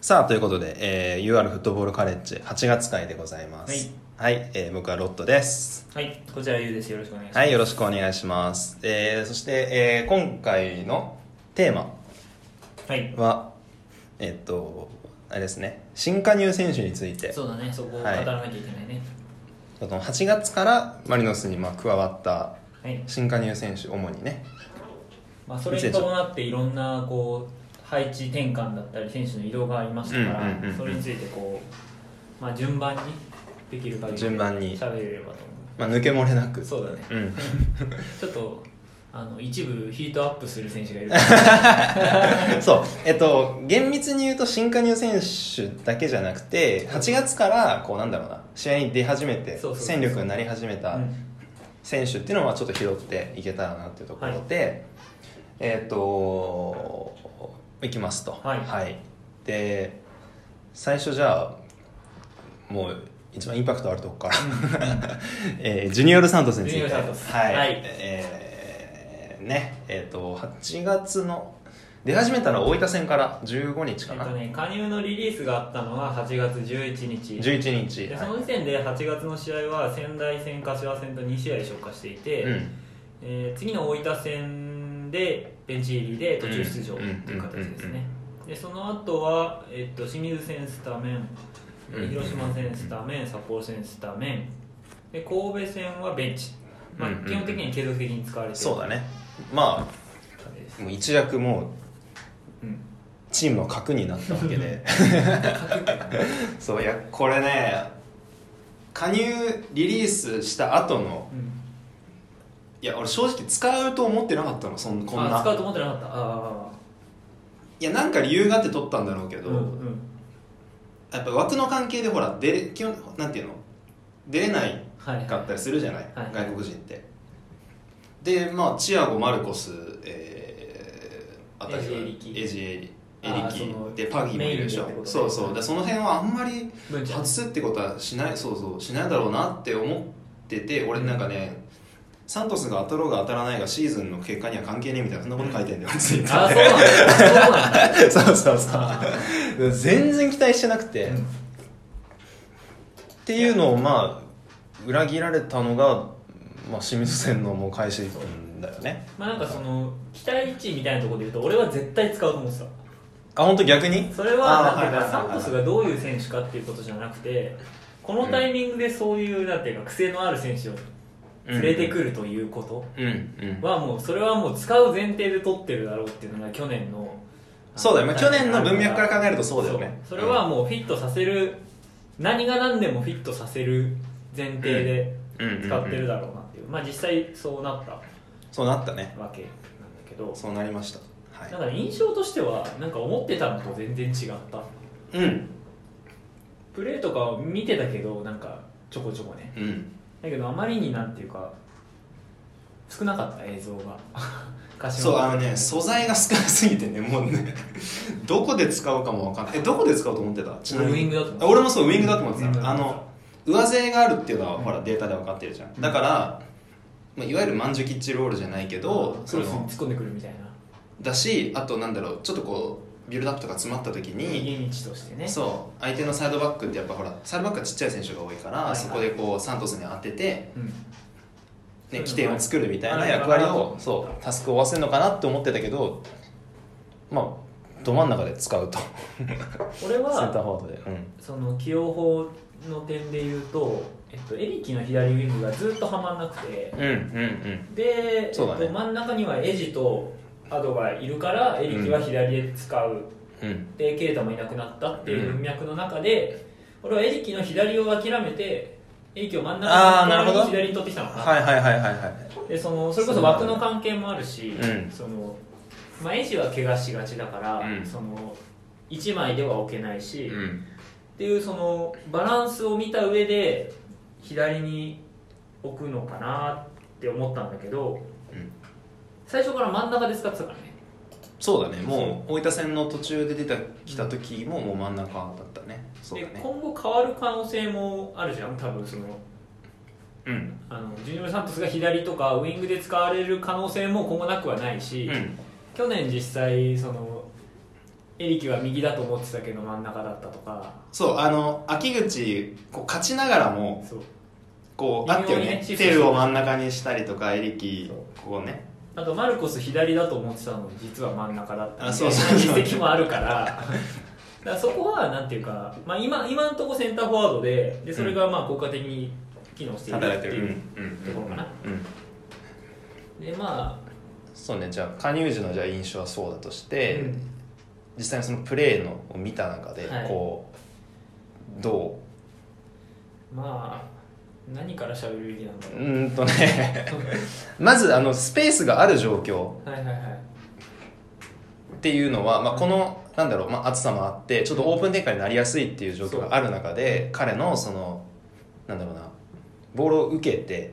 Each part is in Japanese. さあ、ということで、えー、UR フットボールカレッジ8月会でございます。はい。えー僕はロットです。はい、こちらゆうです。よろしくお願いします。はい、よろしくお願いします。えー、そして、えー、今回のテーマはい。は、えっと、あれですね、新加入選手について、そうだね、そこを語はいらなきゃいけないね。その8月からマリノスにまあ加わったはい。新加入選手、主にね。まあ、それに伴っていろんなこう配置転換だったり選手の移動がありましたから、うんうんうんうんそれについてこう、まあ、順番にできる限り順番に喋れればと思まあ、抜け漏れなく。う。そ うだね。うん。ちょっとあの一部ヒートアップする 選手がいる。そう、えっと、厳密に言うと新加入選手だけじゃなくて8月からこうなんだろうな試合に出始めてそうそうそう戦力になり始めたうん選手っていうのはちょっと拾っていけたらなっていうところで、えっといきますとはいで最初じゃあもう一番インパクトあるとこから、 えージュニオール・サントスについジュてニオールサントスはい、はいえーねえっ、と8月の出始めたのは大分戦から15日えかっな、とね、加入のリリースがあったのが8月11日11日ではそいの時点で8月の試合は仙台戦柏戦と2試合消化していて、うんえー次の大分戦でベンチ入りで途中出場うとんいう形でうすんうんうんねでその後は、えっと清水戦スタメンうん広島戦スタメン札幌戦スタメンで神戸戦はベンチ、まあうんうんうん基本的に継続的に使われてるそうだねま感じですあもう一躍もううんチームの核になったわけで そういやこれね加入リリースした後のうんいや俺正直使うと思ってなかったのそんこんあ使うなと思ってなかったあいやなんか理由があって取ったんだろうけあど、うんうんやっぱ枠の関係でほら出れ基本なんていうの出れないはいはいかったりするじゃない、はい外国人ってでまあチアゴ・マルコス、えー、あたりはエジエリキエジエリあエリーキそのでパギもいるでしょメインでってこそとねうそうでその辺はあんまり文ちゃん外すってことはしないそうそうしないだろうなって思ってて俺なんかねサントスが当たろうが当たらないがシーズンの結果には関係ねえみたいなそんなこと書いてんだよ、ツイッタああーそうでなんだそうな そんだうそうそうあ全然期待してなくて、ーうっんていうのをまあ裏切られたのが、まあ、清水戦のもう開始1分だよねまあなんかその期待値みたいなところで言うと俺は絶対使うと思ってたあ本当逆にそれはあーなんていうかはいサはいはいはンいトスがどういう選手かっていうことじゃなくてこのタイミングでそういうなんていうか癖のある選手を連れてくるというこうんうんとはもうそれはもう使う前提で取ってるだろうっていうのが去年のそうだよねあの去年の文脈から考えるとそうだよねそうそれはもうフィットさせる何が何でもフィットさせる前提で使ってるだだろうなっていうまあ実際そうなったわそうなったねけなんだけどそうなりましたはいなんかね印象としてはなんか思ってたのと全然違ったうんプレーとかを見てたけどなんかちょこちょこねうんだけどあまりになんていうか少なかった映像が 鹿島そうあのね素材が少なすぎてねもうねどこで使うかもわかんないえどこで使うと思ってたちな俺みウイにングだと思あ俺もそうウイングだと思ってウイングただあと思の上背があるっていうのはうんほらデータで分かってるじゃんうんだからまあいわゆる万寿キッチロールじゃないけどクそロスにの突っ込んでくるみたいなだしあとなんだろうちょっとこうビルドアップとか詰まった時に逃げ道としてねそう相手のサイドバックってやっぱほらサイドバックはちっちゃい選手が多いかはいはらいそこでこうサントスに当ててうん、ね、そういうのも起点を作るみたいなはい役割はいをそうタスクを負わせるのかなって思ってたけどまあど真ん中で使うとセ俺ンターフォはワードで、うん、その起用法の点で言うと、えっと、エリキの左ウイングがずっとはまんなくてうんうんで、そうだねえっと、真ん中にはエジとアドがいるからエリキは左で使う、うんうんでケイタもいなくなったっていう文脈の中で、俺はエリキの左を諦めてエリキを真んあーな中るほにど左に取ってきたのかなはいはいはいはいはいでそのそれこそ枠の関係もあるし、うんそのまあ、エジは怪我しがちだから、うんその1枚では置けないし、うっんていうそのバランスを見た上で左に置くのかなって思ったんだけど、うん最初から真ん中で使ってたからねそうだねもう大分戦の途中で出てきた時ももう真ん中だったねそうだでね今後変わる可能性もあるじゃん多分そのうんあのジュニオル・サントスが左とかウイングで使われる可能性も今後なくはないし、うん去年実際そのエリキは右だと思ってたけど真ん中だったとかそうあの秋口こう勝ちながらもそうこうあったよ微妙にねねテルを真ん中にしたりとかエリキそうこうねあとマルコス左だと思ってたのに実は真ん中だったあみそたいうそうそうな実績もあるからだからそこはなんていうか、まあ、今今のところセンターフォワードででそれがまあ効果的に機能している働いっててるいう、うんうんところかなうんでまあ、そうねじゃあ加入時のじゃあ印象はそうだとして、うん実際にそのプレーのを見た中で、はいこうどまあ何から喋るべきなんだううろうーんとね まずあのスペースがある状況はいはいはいっていうのは、まあ、この、なんだろう、まあ、暑さもあってちょっとオープン展開になりやすいっていう状況がある中で彼のそのなんだろうなボールを受けて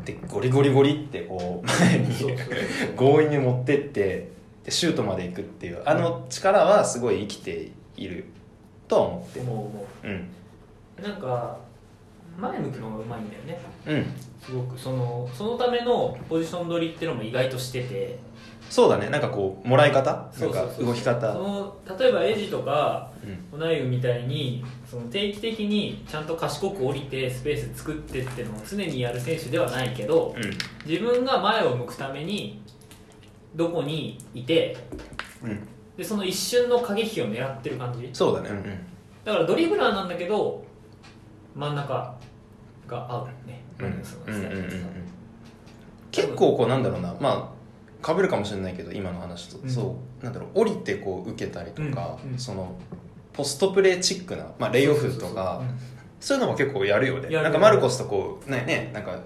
うんでゴリゴリゴリってこう前にそうそうそう強引に持ってってでシュートまで行くっていうあの力はすごい生きているとは思ってる思う思うんうなんか前向くのがうまいんだよねうんすごくそのそのためのポジション取りっていうのも意外としててそうだねなんかこうもらい方なんかそうそうそう動き方その例えばエジとかうんオナイウみたいにその定期的にちゃんと賢く降りてスペース作ってってのを常にやる選手ではないけど自分が前を向くためにどこにいてうん、うん、でその一瞬の過激を狙ってる感じそうだねうんだからドリブラーなんだけど真ん中が合うね、うんマリノスのうんうんスタうんイうルんとか結構こうなんだろうなまあ被るかもしれないけど今の話と、うんそうなんだろう降りてこう受けたりとか、うんうんそのポストプレーチックな、まあ、レイオフとかそそううそうそういうのも結構やるよねやるなんかマルコスとこうねねなんか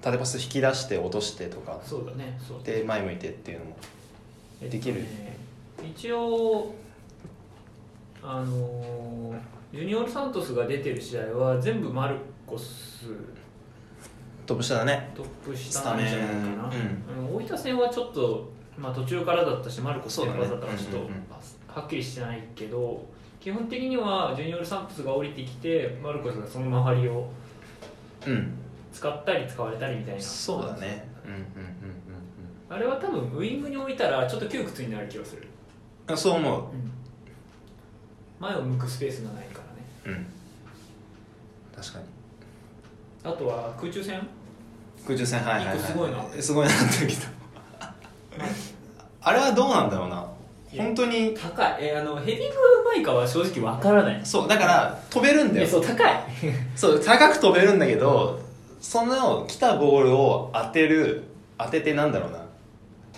縦パス引き出して落としてとかそう,、うんそうだねそうで前向いてっていうのもえっとできるね一応あのージュニオール・サントスが出てる試合は全部マルコストップ下だねトップ下なんじゃないかスなタメうん大分戦はちょっと、まあ、途中からだったしマルコスそうだ先ね発だったからちょっと、うんうんうんはっきりしてないけど基本的にはジュニオール・サントスが降りてきてマルコスがその周りをうん使ったり使われたりみたいなそうだねうんうんうんうんうんあれは多分ウイングに置いたらちょっと窮屈になる気がする、あそう思前を向くスペースがないかうらねうん確かにあとは空中戦空中戦はいはい、はい、一個すごいなすごいなってきたあれはどうなんだろうな本当に高い、えーあのヘディングがうまいかは正直わからないそうだから飛べるんだえよそう高いそう高く飛べるんだけどその来たボールを当てる当ててなんだろうな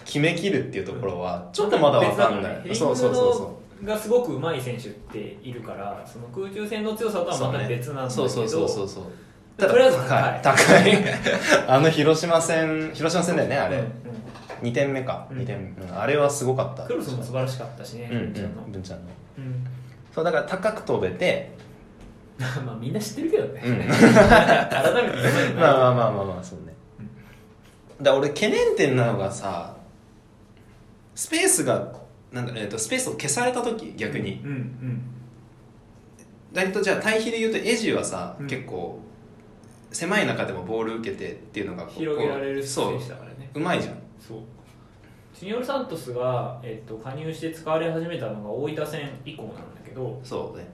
決めきるっていうところは ちょっとまだ分かんない、別だそもうんねそヘデうそィングうのそがすごくうまい選手っているからその空中戦の強さとうはまた別なんだけそうどそうそうそうそうとりあえず高いただ高い 高いあの広島戦広島戦だよねあれ、うんうん二2点目か、うん二点目うんあれはすごかったクロスも素晴らしかったしね、うんうんちゃんの文ちゃんのうん そうだから高く飛べて、まあみんな知ってるけどね、うん 改めて言わ まあまないあまあまあまあそうねだから俺懸念点なのがさスペースがなんだ、えー、とスペースを消された時逆に、うんうんだけどじゃあ対比で言うとエジはさ、うん結構狭い中でもボール受けてっていうのがこう広げられるそう選手だからねうまいじゃんそうジュニオル・サントスが、えっと加入して使われ始めたのが大分戦以降なんだけどそうね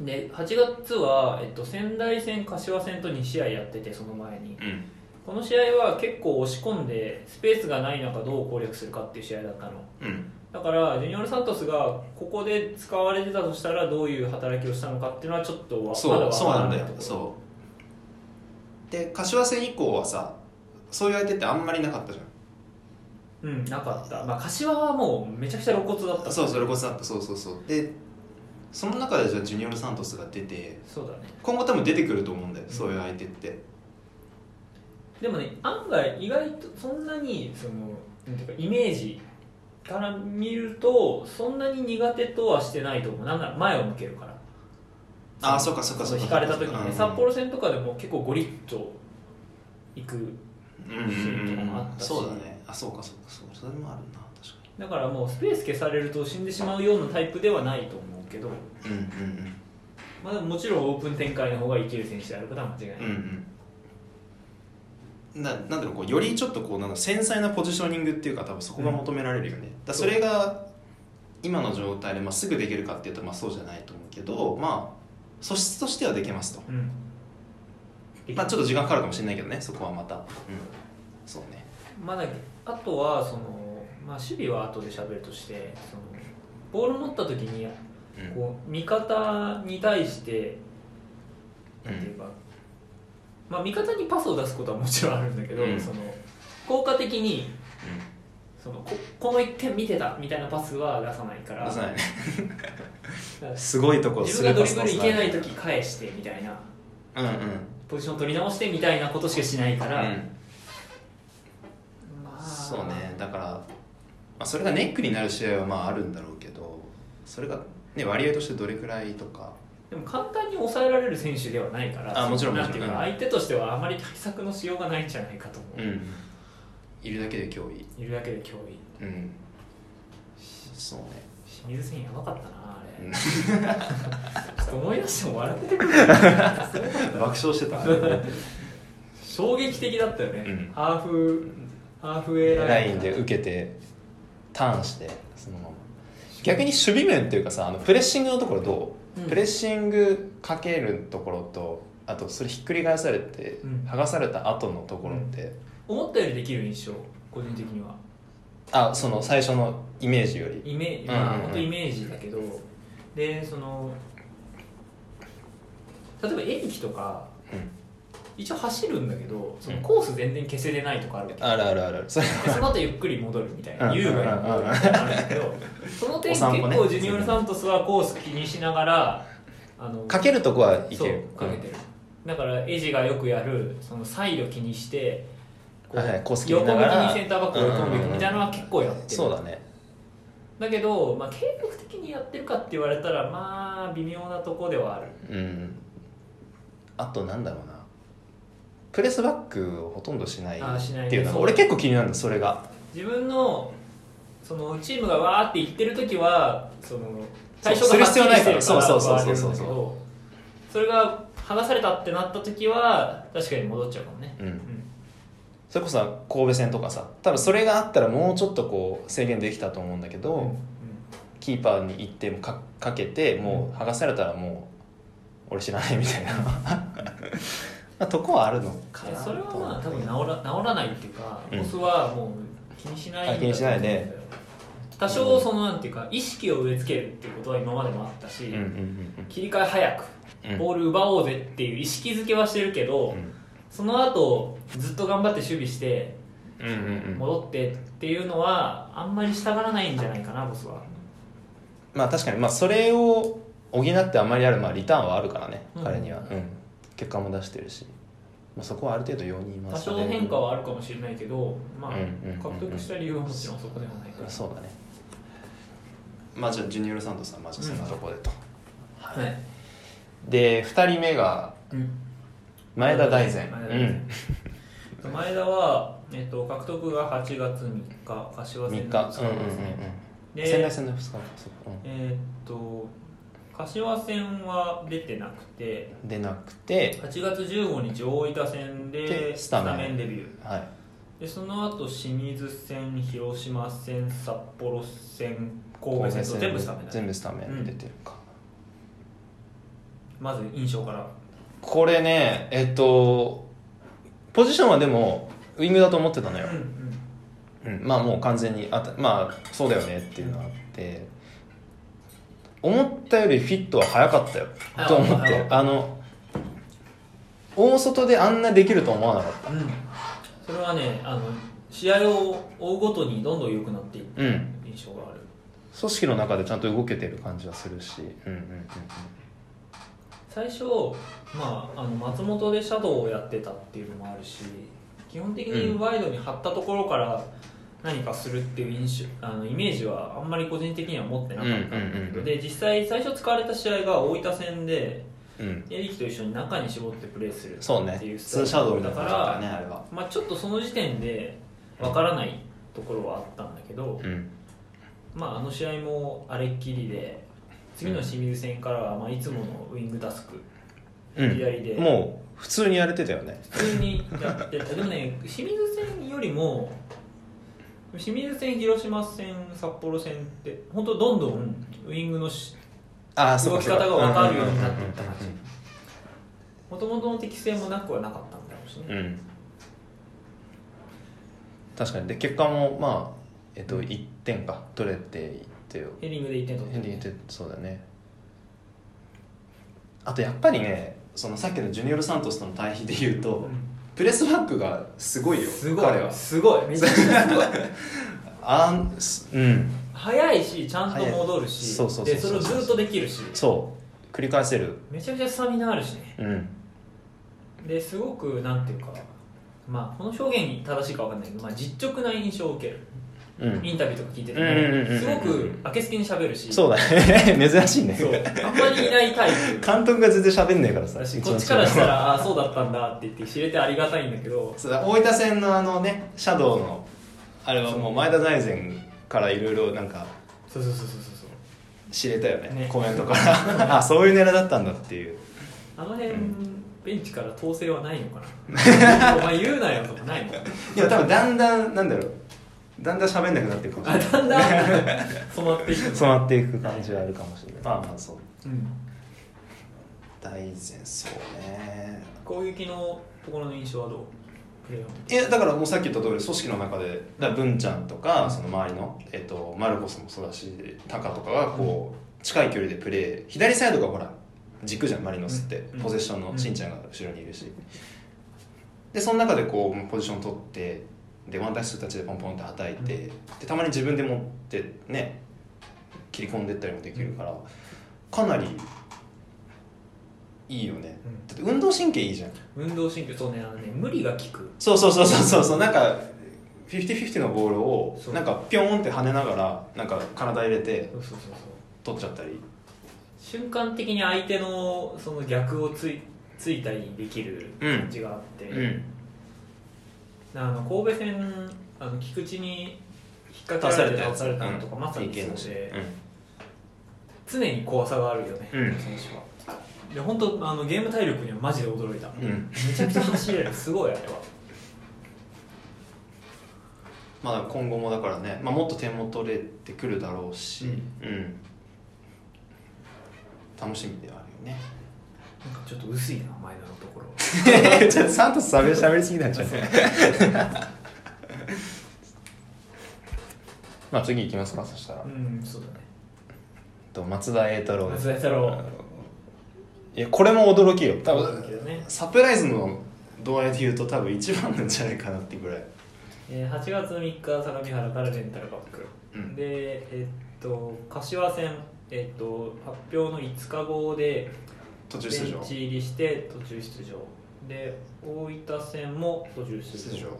で8月は、えっと仙台戦柏戦と2試合やっててその前にうんこの試合は結構押し込んでスペースがない中どう攻略するかっていう試合だったのうんだからジュニオル・サントスがここで使われてたとしたらどういう働きをしたのかっていうのはちょっとわまだそうわそうかならんなだいよところそうで柏戦以降はさそういう相手ってあんまりなかったじゃんうんなかった、まあ、柏はもうめちゃくちゃ露骨だったそうそれこそだったそうそうそうでその中でじゃあジュニオル・サントスが出てそうだね今後多分出てくると思うんだよ、うんそういう相手ってでもね案外意外とそんなにそのなんていうかイメージから見るとそんなに苦手とはしてないと思うなんなら前を向けるからああそっかそっかそっか引かれた時にうねん札幌戦とかでも結構ゴリッといくうんうんうんとかもあったしそうだねあそうかそうかそうそれもあるな確かだからもうスペース消されると死んでしまうようなタイプではないと思うけど、にうんまあ、でももちろんオープン展開の方がいける選手であることは間違いない、うんうんうんうんななんだろうこうよりちょっとこうなんだろう繊細なポジショニングっていうか多分そこが求められるよね、だからそれが今の状態で、まあ、すぐできるかっていうと、まあ、そうじゃないと思うけど、まあ、素質としてはできますと、うんまあ、ちょっと時間かかるかもしれないけどねそこはまた、うん、そうねまあだけあとはその、まあ、守備は後で喋るとしてそのボール持った時にうんこう味方に対してうなんていうんか、まあ、味方にパスを出すことはもちろんあるんだけど、うんその効果的にそのここの1点見てたみたいなパスは出さないから出さないねだからすごいとこ自分がドリスブルールパいスけない時返してみたいなうんうんポジション取り直してみたいなことしかしないから、うまあん、そうねだから、まあ、それがネックになる試合はまああるんだろうけどそれが、ね、割合としてどれくらいとかでも簡単に抑えられる選手ではないからあもちろんなんていうもちかろん相手としてはあまり対策のしようがないんじゃないかと思う、うんいるだけで脅威いるだけで脅威うんそうね清水戦やばかったなあれ、うんちょっと思い出しても笑ってくる 爆笑してた衝撃的だったよね、うんハーフハーフウェイラインで受けてターンしてそのまま逆に守備面っていうかさあのプレッシングのところどう、うんプレッシングかけるところとあとそれひっくり返されて、うん剥がされた後のところって、思ったよりできる印象個人的にはあその最初のイメージよりイメージ、うんうんうんまあ、本当イメージだけどでその例えば演技とかうん一応走るんだけどそのうんコース全然消せれないとかあるわけ、あるあるあるそれでその後ゆっくり戻るみたいうんなうん優雅に戻るみたいなのあるんだけどその点お結散歩ね構ジュニオル・サントスはコース気にしながらあのかけるとこはいそうけるかけてる、だからエジがよくやるそのサイド気にしてこうはいはいコース気横にし向きながらにセンターバックを追い込んでいくみたいなのは結構やってる、うんそうだねだけど、まあ、継続的にやってるかって言われたらまあ微妙なとこではあるうんあとなんだろうなプレスバックをほとんどしないあーしないねっていうのそがう俺結構気になるんだそれが自分のそのチームがわーっていってる時はそのそう対象がはっきりしする必てる要からないからそうそうわーそうそうそうってなるんだけどそれが離されたってなった時は確かに戻っちゃうかもね、ううんんそれこそさ神戸戦とかさ多分それがあったらもうちょっとこう制限できたと思うんだけど、うんキーパーに行ってもかかけてもう剥がされたらもう俺知らないみたいな まあとこはあるのかいやなそれはまあと多思分う治ら治らないっていうか、うんボスはもう気にしないんだあ気にしないね多少そのなんていうか意識を植え付けるっていうことは今までもあったし、うんうんうん切り替え早くうんボール奪おうぜっていう意識づけはしてるけど、その後ずっと頑張って守備してうんうんうんうん戻ってっていうのはあんまりしたがらないんじゃないかなボスはまあ確かにまあそれを補ってあまりあるまあリターンはあるからね、うん彼には、うん、結果も出してるし、まあ、そこはある程度容認ま多すね少変化はあるかもしれないけど、まうあんうんうんうん獲得した理由はもちろんそこではないから、そうだねまあじゃあジュニオルサントスはまあじゃあそんなとこでと、はいはい、で2人目が前田大然前田う大然ん 前田は、えっと、獲得が8月3日柏3戦日のうんうんうんですね、うんで仙台戦の2日そううえっと柏戦は出てなくてんでなくて8月15日大分戦ででススタタメンメンデビューはいでその後清水戦広島戦札幌戦神戸戦と全部スタメンだね全部スタメン出てるか、まず印象からこれねえっとポジションはでもウイングだと思ってたのようん、うんうん、まあもう完全にあたまあそうだよねっていうのがあって思ったよりフィットは早かったよあと思っ早かてったあの大外であんなできると思わなかったうん、それはねあの試合を追うごとにどんどん良くなっていくうん印象がある組織の中でちゃんと動けてる感じはするしうんうんうんうん最初、まあ、あの松本でシャドウをやってたっていうのもあるし基本的にワイドに張ったところから何かするっていう印象あのイメージはあんまり個人的には持ってなかったんだけうんうんうんうどんで実際最初使われた試合が大分戦でうんエリキと一緒に中に絞ってプレーするそうねっていうスツーシタャイドウルみただいなか感じだからねら、あれはまあ、ちょっとその時点でわからないところはあったんだけど、うんまあ、あの試合もあれっきりで次の清水戦からはまあいつものウイングタスク左でうん、もう普通にやれてたよね普通にやってたでもね清水戦よりも清水戦広島戦札幌戦って本当どんどんウイングのしああ動き方が分かるようになっていった感じもともとの適性もなくはなかったんだろうしうね、ん確かにで結果もまあえっと1点か取れていってよヘディングで1点取ヘっンディンてグってそうだねあとやっぱりねそのさっきのジュニオル・サントスとの対比で言うと、うんプレスバックがすごいよすご彼はいすごいめちゃくちゃす ごいあんすうん速いしちゃんと戻るし速いそうそうそうでそれをずっとできるしそう繰り返せるめちゃくちゃスタミナあるしねうんですごくなんていうかまあこの表現に正しいかわかんないけど、まあ、実直な印象を受けるうんインタビューとか聞いててうんうんうんうんもすごく明けすけに喋るしそうだね 珍しいねそうあんまりいないタイプ監督が全然喋んねえからさだし一こ番っちからした違うらああそうだったんだって言って知れてありがたいんだけどそうだ大分戦のあのねシャドウのあれはもう前田大然からいろいろなんかそうそうそうそうそうそう知れたよねねコメントからあそういう狙いだったんだっていうあの辺、ベンチから統制はないのか なお前言うなよとかないのいや多分だんだんなんだろうだんだん喋んなくなっていくかあもしれだないんだん染まっていく染まっていく感じはあるかもしれないまあまあそううん、大然そうね攻撃のところの印象はどうプレーオンいやだからもうさっき言った通り組織の中でだから文ちゃんとかその周りの、えっとマルコスもそうだしタカとかがこう近い距離でプレー左サイドがほら軸じゃんマリノスって、うんポゼッションのしんちゃんが後ろにいるし、でその中でこうポジション取ってでワンタッチたちでポンポンって叩いて、うでたまに自分で持ってね切り込んでったりもできるからかなりいいよね、うんだって運動神経いいじゃん運動神経そうねあのね無理が効くそうそうそうそうそうそうなんかフィフティフィフティのボールをそうなんかピョーンって跳ねながらなんか体入れてそうそうそうそう取っちゃったり瞬間的に相手のその逆をついついたりできる感じがあって、あの神戸戦あの菊池に引っ掛出されけられてたや倒つされたのとか、まさにそうで、常に怖さがあるよね、うん選手はで本当あのゲーム体力にはマジで驚いた、うん、うん、めちゃくちゃ走れるすごいあれはまあ今後もだからね、まあ、もっと点も取れてくるだろうし、ううんん楽しみではあるよね なんかちょっと薄いな前田のところちょっとサントスしゃべりすぎなんじゃん まあ次行きますかそしたら、うんそうだねと松田栄太郎松田栄太郎いやこれも驚きよ多だけ分どねサプライズの度合いで言うと多分一番なんじゃないかなってぐらいえー8月3日相模原からレンタルバック、うんでえっと柏戦、えっと、発表の5日後で途ベ中ン出場チ入りして途中出場で大分戦も途中出出場場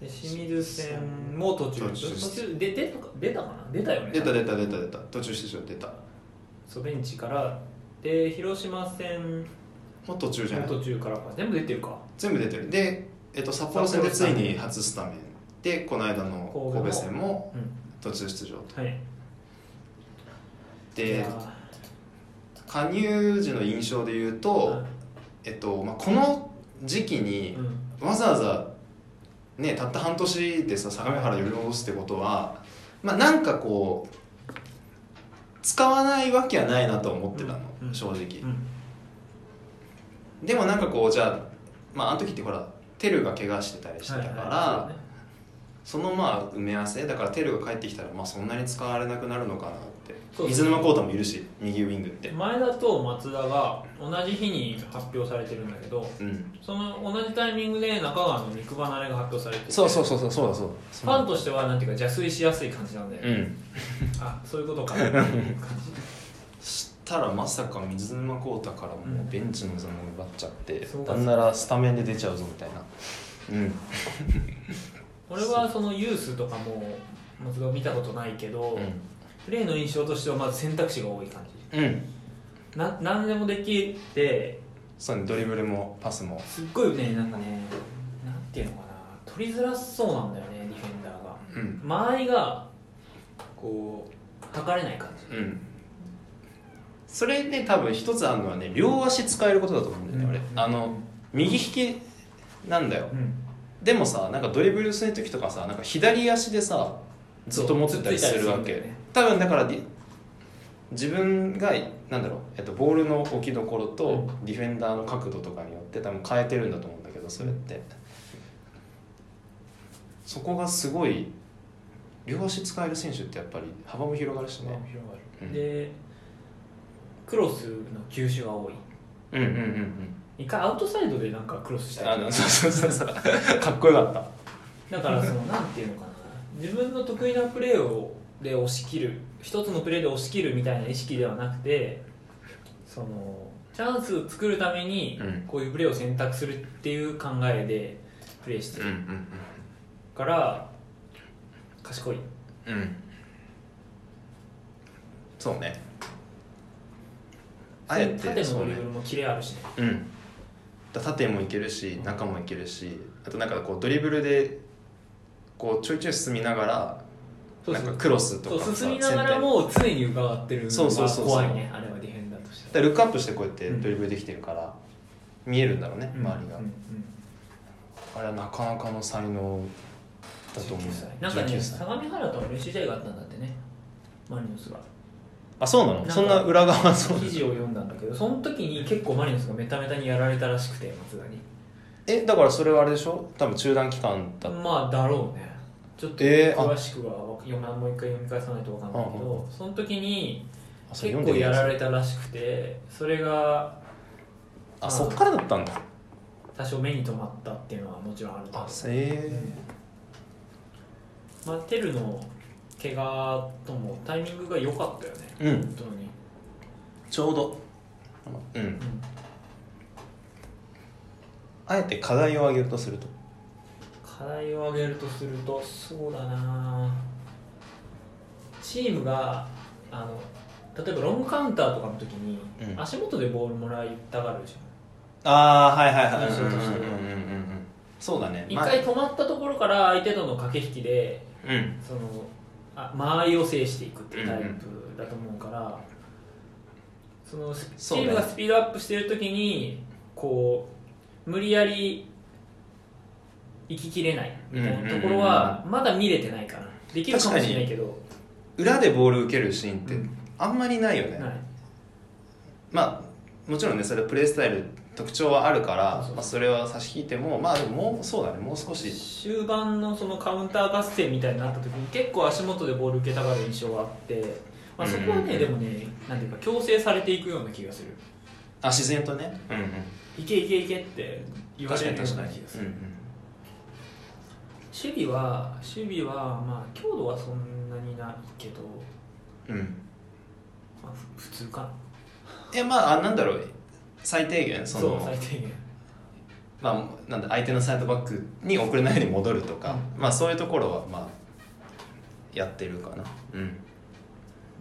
で清水戦も途中途中途中で出たか出たかな出たよね出た出た出た出た途中出場出たそうベンチからで広島戦もう途中じゃもない途中からか全部出てるか全部出てるで、えっと、札幌戦でついに初スタメンでこの間の神戸戦もうん途中出場とはいいでやー加入時の印象で言うと、えっとまあ、この時期にうんわざわざねたった半年でさ相模原呼び戻すってことはまあなんかこう使わないわけはないなと思ってたの、うんうん正直、うんでもなんかこうじゃあまああの時ってほらテルが怪我してたりしてたから、はいはいはいそのまあ埋め合わせだからテルが帰ってきたらまあそんなに使われなくなるのかなって、そうです水ね沼宏太もいるし右ウィングって前田と松田が同じ日に発表されてるんだけどうんその同じタイミングで中川の肉離れが発表されててそうそうそうそうそうだそうファンとしてはなんていうか邪推しやすい感じなんで、うんあそういうことかっていう感 したらまさか水沼宏太からもうベンチの座も奪っちゃって、そうかなんならスタメンで出ちゃうぞみたいなうん俺はそのユースとかも松田を見たことないけど、うプレーの印象としてはまず選択肢が多い感じん、うん、な何でもできてそうねドリブルもパスもすっごいねなんかねなんていうのかな取りづらそうなんだよねディフェンダーがうん間合いがこう測れない感じうんそれで多分一つあるのはね両足使えることだと思うんだよね、うん俺あの右利きなんだようんでもさなんかドリブルする時とかさなんか左足でさずっと持ってたりするわそうついたけ、りするんだよね多分だからディ自分がなんだろう、えっと、ボールの置きどころうとディフェンダーの角度とかによって多分変えてるんだと思うんだけどそれってそこがすごい両足使える選手ってやっぱり幅も広がるしね広がる、うんでクロスの球種が多いうんうんうんうん一回アウトサイドでなんかクロスしたありのそうそうそうそう かっこよかっただからそのなんていうのかな自分の得意なプレーをで押し切る一つのプレーで押し切るみたいな意識ではなくてそのチャンスを作るためにうんこういうプレーを選択するっていう考えでプレーしてるから賢いうんうんうんそうねあえて縦のそドうリねブルもキレあるしねうんだ縦もいけるし中もいけるしあとなんかこうドリブルでこうちょいちょい進みながらそうなんそかうクロスとかそうさ進みながらも常に伺ってるのそうそうがそうそう怖いねあれはディフェンダーとしだてからルックアップしてこうやってドリブルできてるから、見えるんだろうねは周りが、うんうんあれはなかなかの才能だと思う19歳なんかね19歳相模原との練習試合があったんだってねマリノスがあそうなのなんかそんな裏側 そうなの記事を読んだんだけどその時に結構マリノスがメタメタにやられたらしくて松田にえだからそれはあれでしょ多分中断期間だったまあだろうねちょっとえーあ詳しくは読まもう一回読み返さないと分かんないけうんどその時にあそれ読ん結構でみよやうられたらしくてそれがあそっからだったんだ多少目に留まったっていうのはもちろんあると思あうへえまあ、テルの怪我ともタイミングが良かったよね、うん本当に、ちょうどうんあえて課題を挙げるとすると課題を挙げるとするとそうだなチームがあの例えばロングカウンターとかの時に、うん足元でボールもらいたがるじああはいはいはいうんうんうんうんうんうんうんそうだねゃん一回止まったところから相手との駆け引きでまあうんそのあ間合いを制していくっていうタイプだと思うから、そのスチそうねームがスピードアップしてる時にこう無理やり行ききれないみたいなところはまだ見れてないかなできるかもしれないけど、裏でボール受けるシーンってうんあんまりないよね、はい、まあもちろんねそれはプレースタイル特徴はあるからそうそうまあ、それは差し引いてもまあでももうそうだねもう少し終盤のそのカウンター合戦みたいになった時に結構足元でボール受けたがる印象があって、まあ、そこはうんうんうねんでもねなんていうか強制されていくような気がするあ自然とねうんいけいけいけってうん言わ確れかるにような確気かがにする、うんうん守備は守備はまあ強度はそんなにないけど、うんまあ、ふ普通かないやまああなんだろう最低限その最低限まあ、なんだ相手のサイドバックに送れないように戻るとか、まあ、そういうところはまあやってるかな、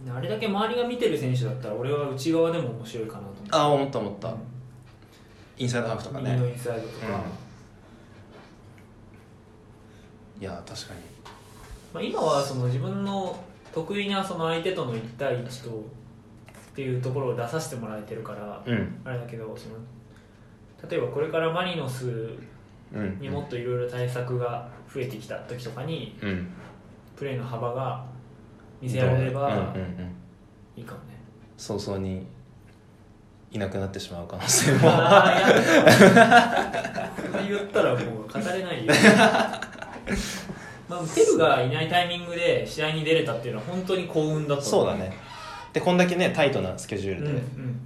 うん、あれだけ周りが見てる選手だったら俺は内側でも面白いかなと思ってああ思った思ったインサイドハーフとか右のね、インサイドとうか、んま、いや確かにあ、今はその自分の得意なその相手との1対1とっていうところを出させてもらえてるから、うんあれだけどその例えばこれからマリノスうんにもっといろいろ対策が増えてきた時とかにうんプレーの幅が見せられればうんうんうん、いいかもね早々にいなくなってしまう可能性も あーやだ 言ったらもう語れ ないよまあテルがいないタイミングで試合に出れたっていうのは本当に幸運だとそうだねねでこんだけねタイトなスケジューうんルうんで、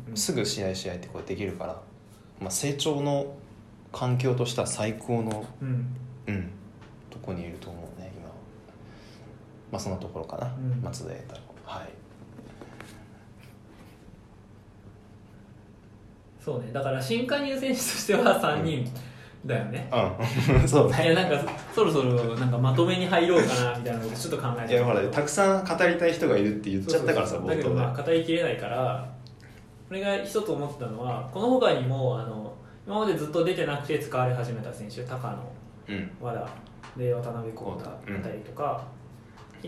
うんすぐ試合試合ってこうできるから、まあ、成長の環境としては最高のうんうん、とこにいると思うね今はまあそんなところかな、うん松田栄太郎はいそうねだから新加入選手としては3人だよね、うん そういやなんかそろそろなんかまとめに入ろうかなみたいなことちょっと考えいてやほらたくさん語りたい人がいるって言っちゃったからさそうそう冒そうだけど頭まあで語りきれないから俺が一つ思ってたのはこの他にもあの今までずっと出てなくて使われ始めた選手高野うん和田で渡辺浩太うんあたりとか、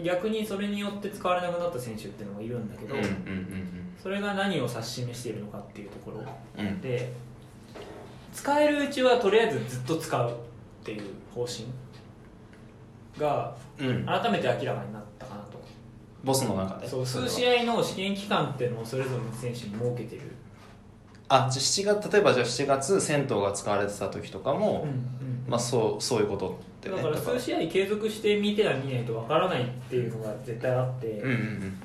逆にそれによって使われなくなった選手っていうのもいるんだけど、うんうんそれが何を指し示しているのかっていうところうんうんで使えるうちはとりあえずずっと使うっていう方針がうん、改めて明らかになったかなとボスの中でそう数合試合の試験期間っていうのをそれぞれの選手に設けてる、あじゃあ7月例えばじゃあ7月銭湯が使われてた時とかも、まあそうそういうことってだねからだから数試合継続して見ては見ないとわからないっていうのが絶対あって、うんうんうん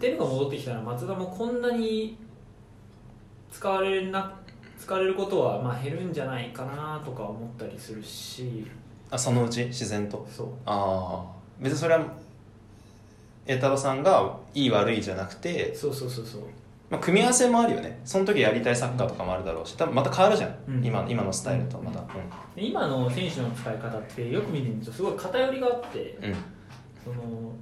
デルが戻ってきたら松田もこんなに使われな使われることはまあ減るんじゃないかなとか思ったりするしあそのうち自然とそうああ別にそれは栄太郎さんがいい悪いじゃなくて、そうそうそうそうまあ、組み合わせもあるよねその時やりたいサッカーとかもあるだろうし多分また変わるじゃん、うん今今のスタイルとまたで今の選手の使い方ってよく見てみるとすごい偏りがあってうん、うん、その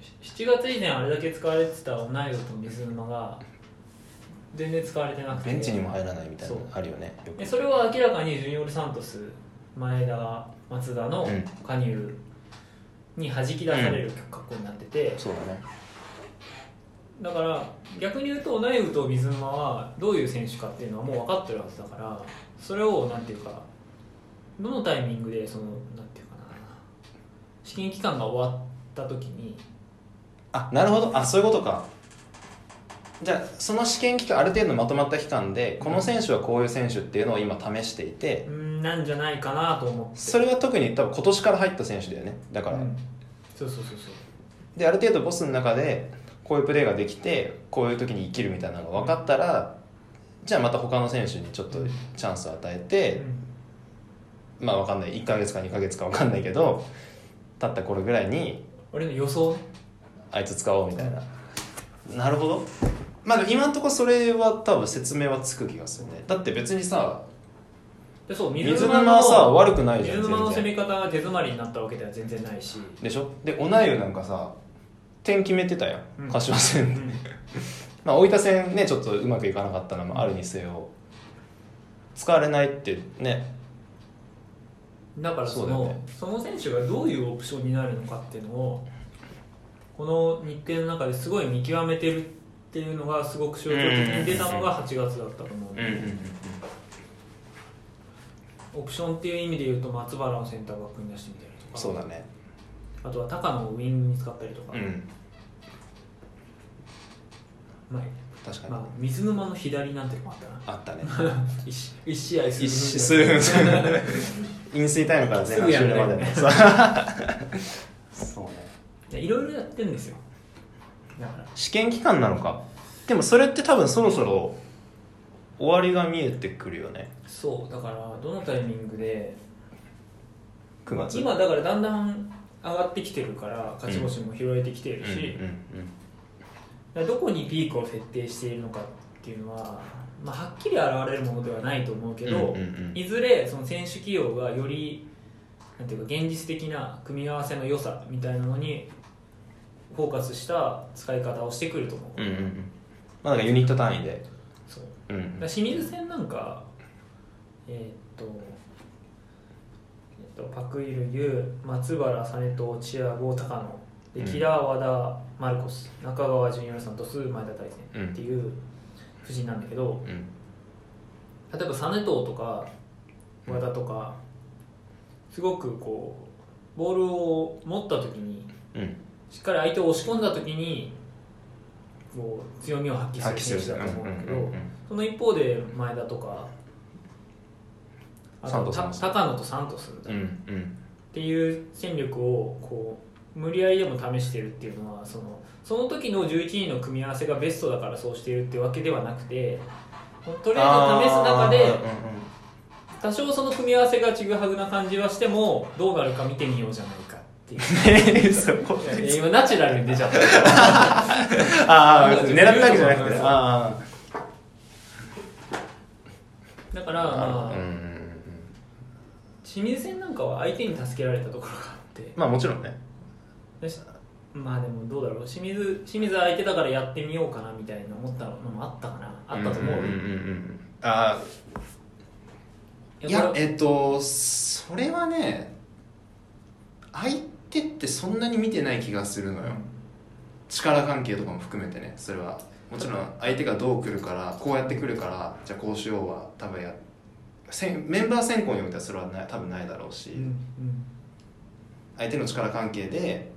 し7月以前あれだけ使われてたオナイドと水沼が全然使われてなくてベンチにも入らないみたいなのそうあるよねよくでそれは明らかにジュニオール・サントス前田松田のうん加入に弾き出される格好になってて、そうだねだから逆に言うとナイフと水沼はどういう選手かっていうのはもう分かってるはずだからそれをなんていうかどのタイミングでそのなんていうかな試験期間が終わった時にあなるほどあそういうことかじゃあその試験期間ある程度まとまった期間でこの選手はこういう選手っていうのを今試していてうーんなんじゃないかなと思ってそれは特に多分今年から入った選手だよねだから、うんそうそうそうそうである程度ボスの中でこういうプレーができてこういう時に生きるみたいなのが分かったらじゃあまた他の選手にちょっとチャンスを与えて、まあ分かんない1ヶ月か2ヶ月か分かんないけどたった頃ぐらいに俺の予想ねあいつ使おうみたいななるほどまあでも今のところそれは多分説明はつく気がするねだって別にさでそう水水沼沼はのさ悪くないじゃん水沼の全攻然め方が手詰まりになったわけでは全然ないし、でしょでオナイウなんかさ点決めてたやうんん柏戦で、 まあ大分戦ねちょっとうまくいかなかったのもあるにせよ使われないってねだからそそうだよのねその選手がどういうオプションになるのかっていうのをこの日程の中ですごい見極めてるっていうのがすごく象徴的に出たのが8月だったと思うので、オプションっていう意味で言うと松原のセンターバックに出してみたりとかそうだねあとは高野をウイングに使ったりとか、うんまあ確かに、まあ、水沼の左なんてのもあったな あったね一試一試合一す数る分飲水タイムから前半終了までのすそうね いやいろいろやってるんですよだから試験期間なのかでもそれって多分そろそろ終わりが見えてくるよねそうだからどのタイミングで9月今だからだんだん上がってきてるから勝ち星も拾えてきてるし、うんうんうんだからどこにピークを設定しているのかっていうのは、まあ、はっきり現れるものではないと思うけど、うんうんうんいずれその選手起用がよりなんていうか現実的な組み合わせの良さみたいなのにフォーカスした使い方をしてくると思う,、うんうんうんまあなんかユニット単位でそうだうんから清水戦なんかえーっとえーっとパクイルユ松原実藤チアゴ高野うでんキラー和田マルコス中川ジュニアさんと数前田大うん然っていう布陣なんだけど、うん例えば実藤とか和田とかすごくこうボールを持った時にうんしっかり相手を押し込んだ時にこう強みを発揮する選手だと思うんだけどその一方で前田とかあサンとトスたもそう高野とサントスうんうんっていう戦力をこう無理やりでも試してるっていうのはそのその時の11人の組み合わせがベストだからそうしてるってわけではなくてとりあえず試す中で多少その組み合わせがちぐはぐな感じはしてもどうなるか見てみようじゃないかっていう中でそこいや今ナチュラルに出ちゃったああ狙ったわけじゃなくてそうあだから、あまうあんうんうん清水戦なんかは相手に助けられたところがあってまあもちろんねでしまあでもどうだろう清水清水相手だからやってみようかなみたいな思ったのもあったかなあったと思う、んんんんああいいややこれえっとそれはね相手ってそんなに見てない気がするのよ力関係とかも含めてねそれはもちろん相手がどう来るからこうやって来るからじゃあこうしようは多分やせんメンバー選考においてはそれはない多分ないだろうし、相手の力関係で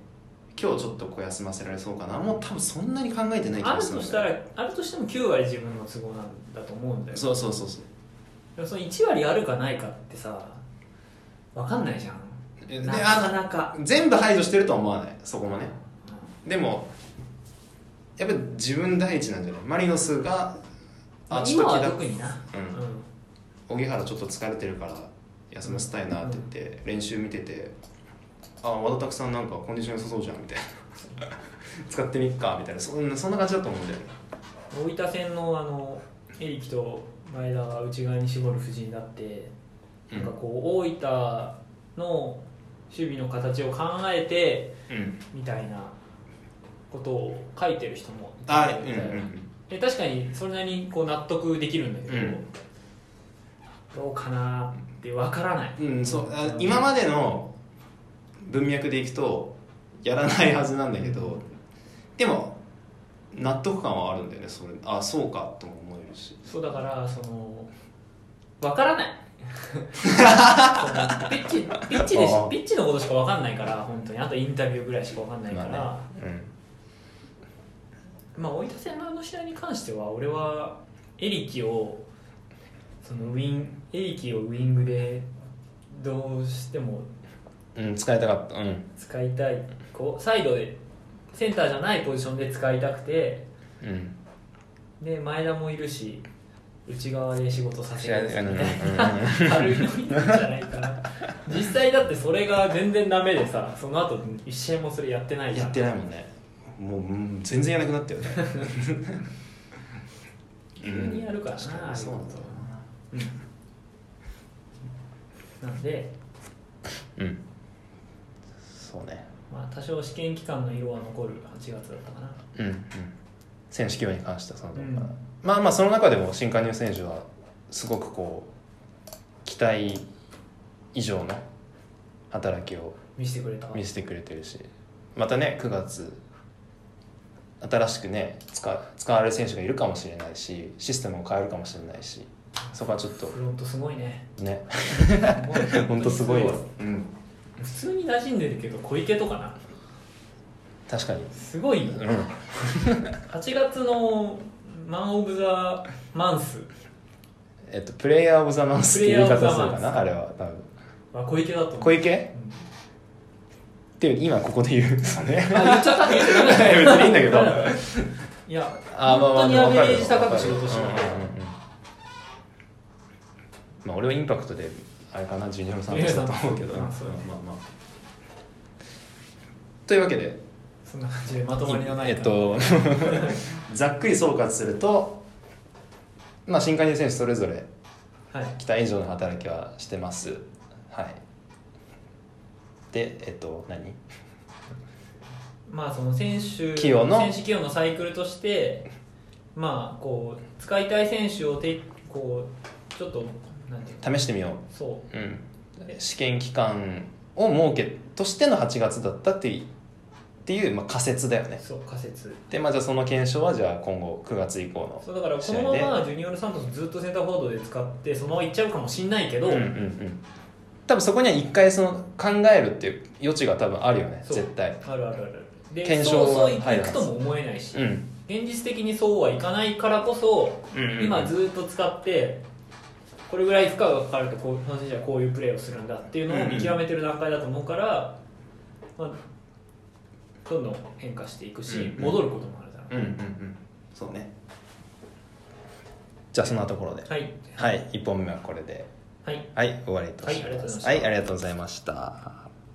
今日ちょっとこう休ませられそうかなもう多分そんなに考えてない気あがるするんとだよしたらあるとしても9割自分の都合なんだと思うんだよそうそうそうそうでもその1割あるかないかってさ分かんないじゃんでなあかなか、全部排除してるとは思わないそこもねでもやっぱり自分第一なんじゃないマリノスがまあちょっ今とは気楽特にな、うんうん荻原ちょっと疲れてるから休ませたいなって言って練習見ててあ和田拓さんなんかコンディション良さそうじゃんみたいな 使ってみっかみたいなそんなそんな感じだと思うんだよね大分戦のあのエリキと前田が内側に絞る布陣だって、うなんかこう大分の守備の形を考えてん、うん、みたいなことを書いてる人もいあたうんみうたいな、んで確かにそれなりにこう納得できるんだけど、うんどうかなって分からない、うん、うん、そうあ今までの文脈でいくとやらないはずなんだけどでも納得感はあるんだよねそれあそうかとも思えるしそうだからその分か らないそのピッチピッチでしあーピッチのことしか分かんないから本当にあとインタビューぐらいしか分かんないから、まあねまあ大分戦のあの試合に関しては俺はエリキをそのウィンエリキをウィングでどうしてもうん、うん、使いたかったうん使いたいこうサイドでセンターじゃないポジションで使いたくてうんで前田もいるし内側で仕事させるみたいうんな軽いのになんじゃないかな実際だってそれが全然ダメでさその後一試合もそれやってないじゃやんってないもんねもううん全然やらなくなったよね急にやるからな確にそうなんだろなんでうなうんそうねまあ多少試験期間の色は残る8月だったかなうんうん選手規模に関してはそのところから、うんまあまあその中でも新加入選手はすごくこう期待以上の働きを見せてくれた見せてくれてるしまたね9月新しくね使使われる選手がいるかもしれないしシステムを変えるかもしれないしそこはちょっとフロントすごいね ね 本本当すごいわよ、うん、普通に馴染んでるけど小池とかな確かに、すごいようん、 8月のマン・オブ・ザ・マンスえっとプレイヤー・オブ・ザ・マンスっていう言い方するプレイヤーオブかザマンなスあれは多分は小池だと思う小池、池っていう今ここで言うんですよねうんあ言っちゃったね言っちゃっ た別ねにいいんだけどいやあまあまあ本当にアベレージわか高るく仕事しなういんうんうんうんまあ俺はインパクトであれかなジュニアのサンプだと思うけどジュニアのサンプルうんまあまあというわけでそんな感じでまとまりのないえっと ざっくり総括するとまあ新加入選手それぞれはい期待以上の働きはしてますはいでえっと何まあその選手起用の選手起用のサイクルとしてまあこう使いたい選手をてこうちょっとなんていうの試してみよそうううん試験期間を設けとしての8月だったっていうっていう、まあ、仮説だよねそう仮説でまあじゃあその検証はじゃあ今後9月以降のそうだからこのままジュニオル・サントスずっとセンターフォワードで使ってそのままいっちゃうかもしんないけど、うんうんうん多分そこには一回その考えるっていう余地が多分あるよねそう絶対あるあるあるで検証はそうそうい入るくとも思えないし、うん現実的にそうはいかないからこそ、うんうんうん今ずっと使ってこれぐらい負荷がかかるとこうその選手はこういうプレーをするんだっていうのを見極めてる段階だと思うから、まあ、どんどん変化していくし、うんうん戻ることもあるだろう、うんうんうんそうねじゃあそんなところではいはい1本目はこれではいはい終わりとしはいありがとうございまましすたはいありがとうございました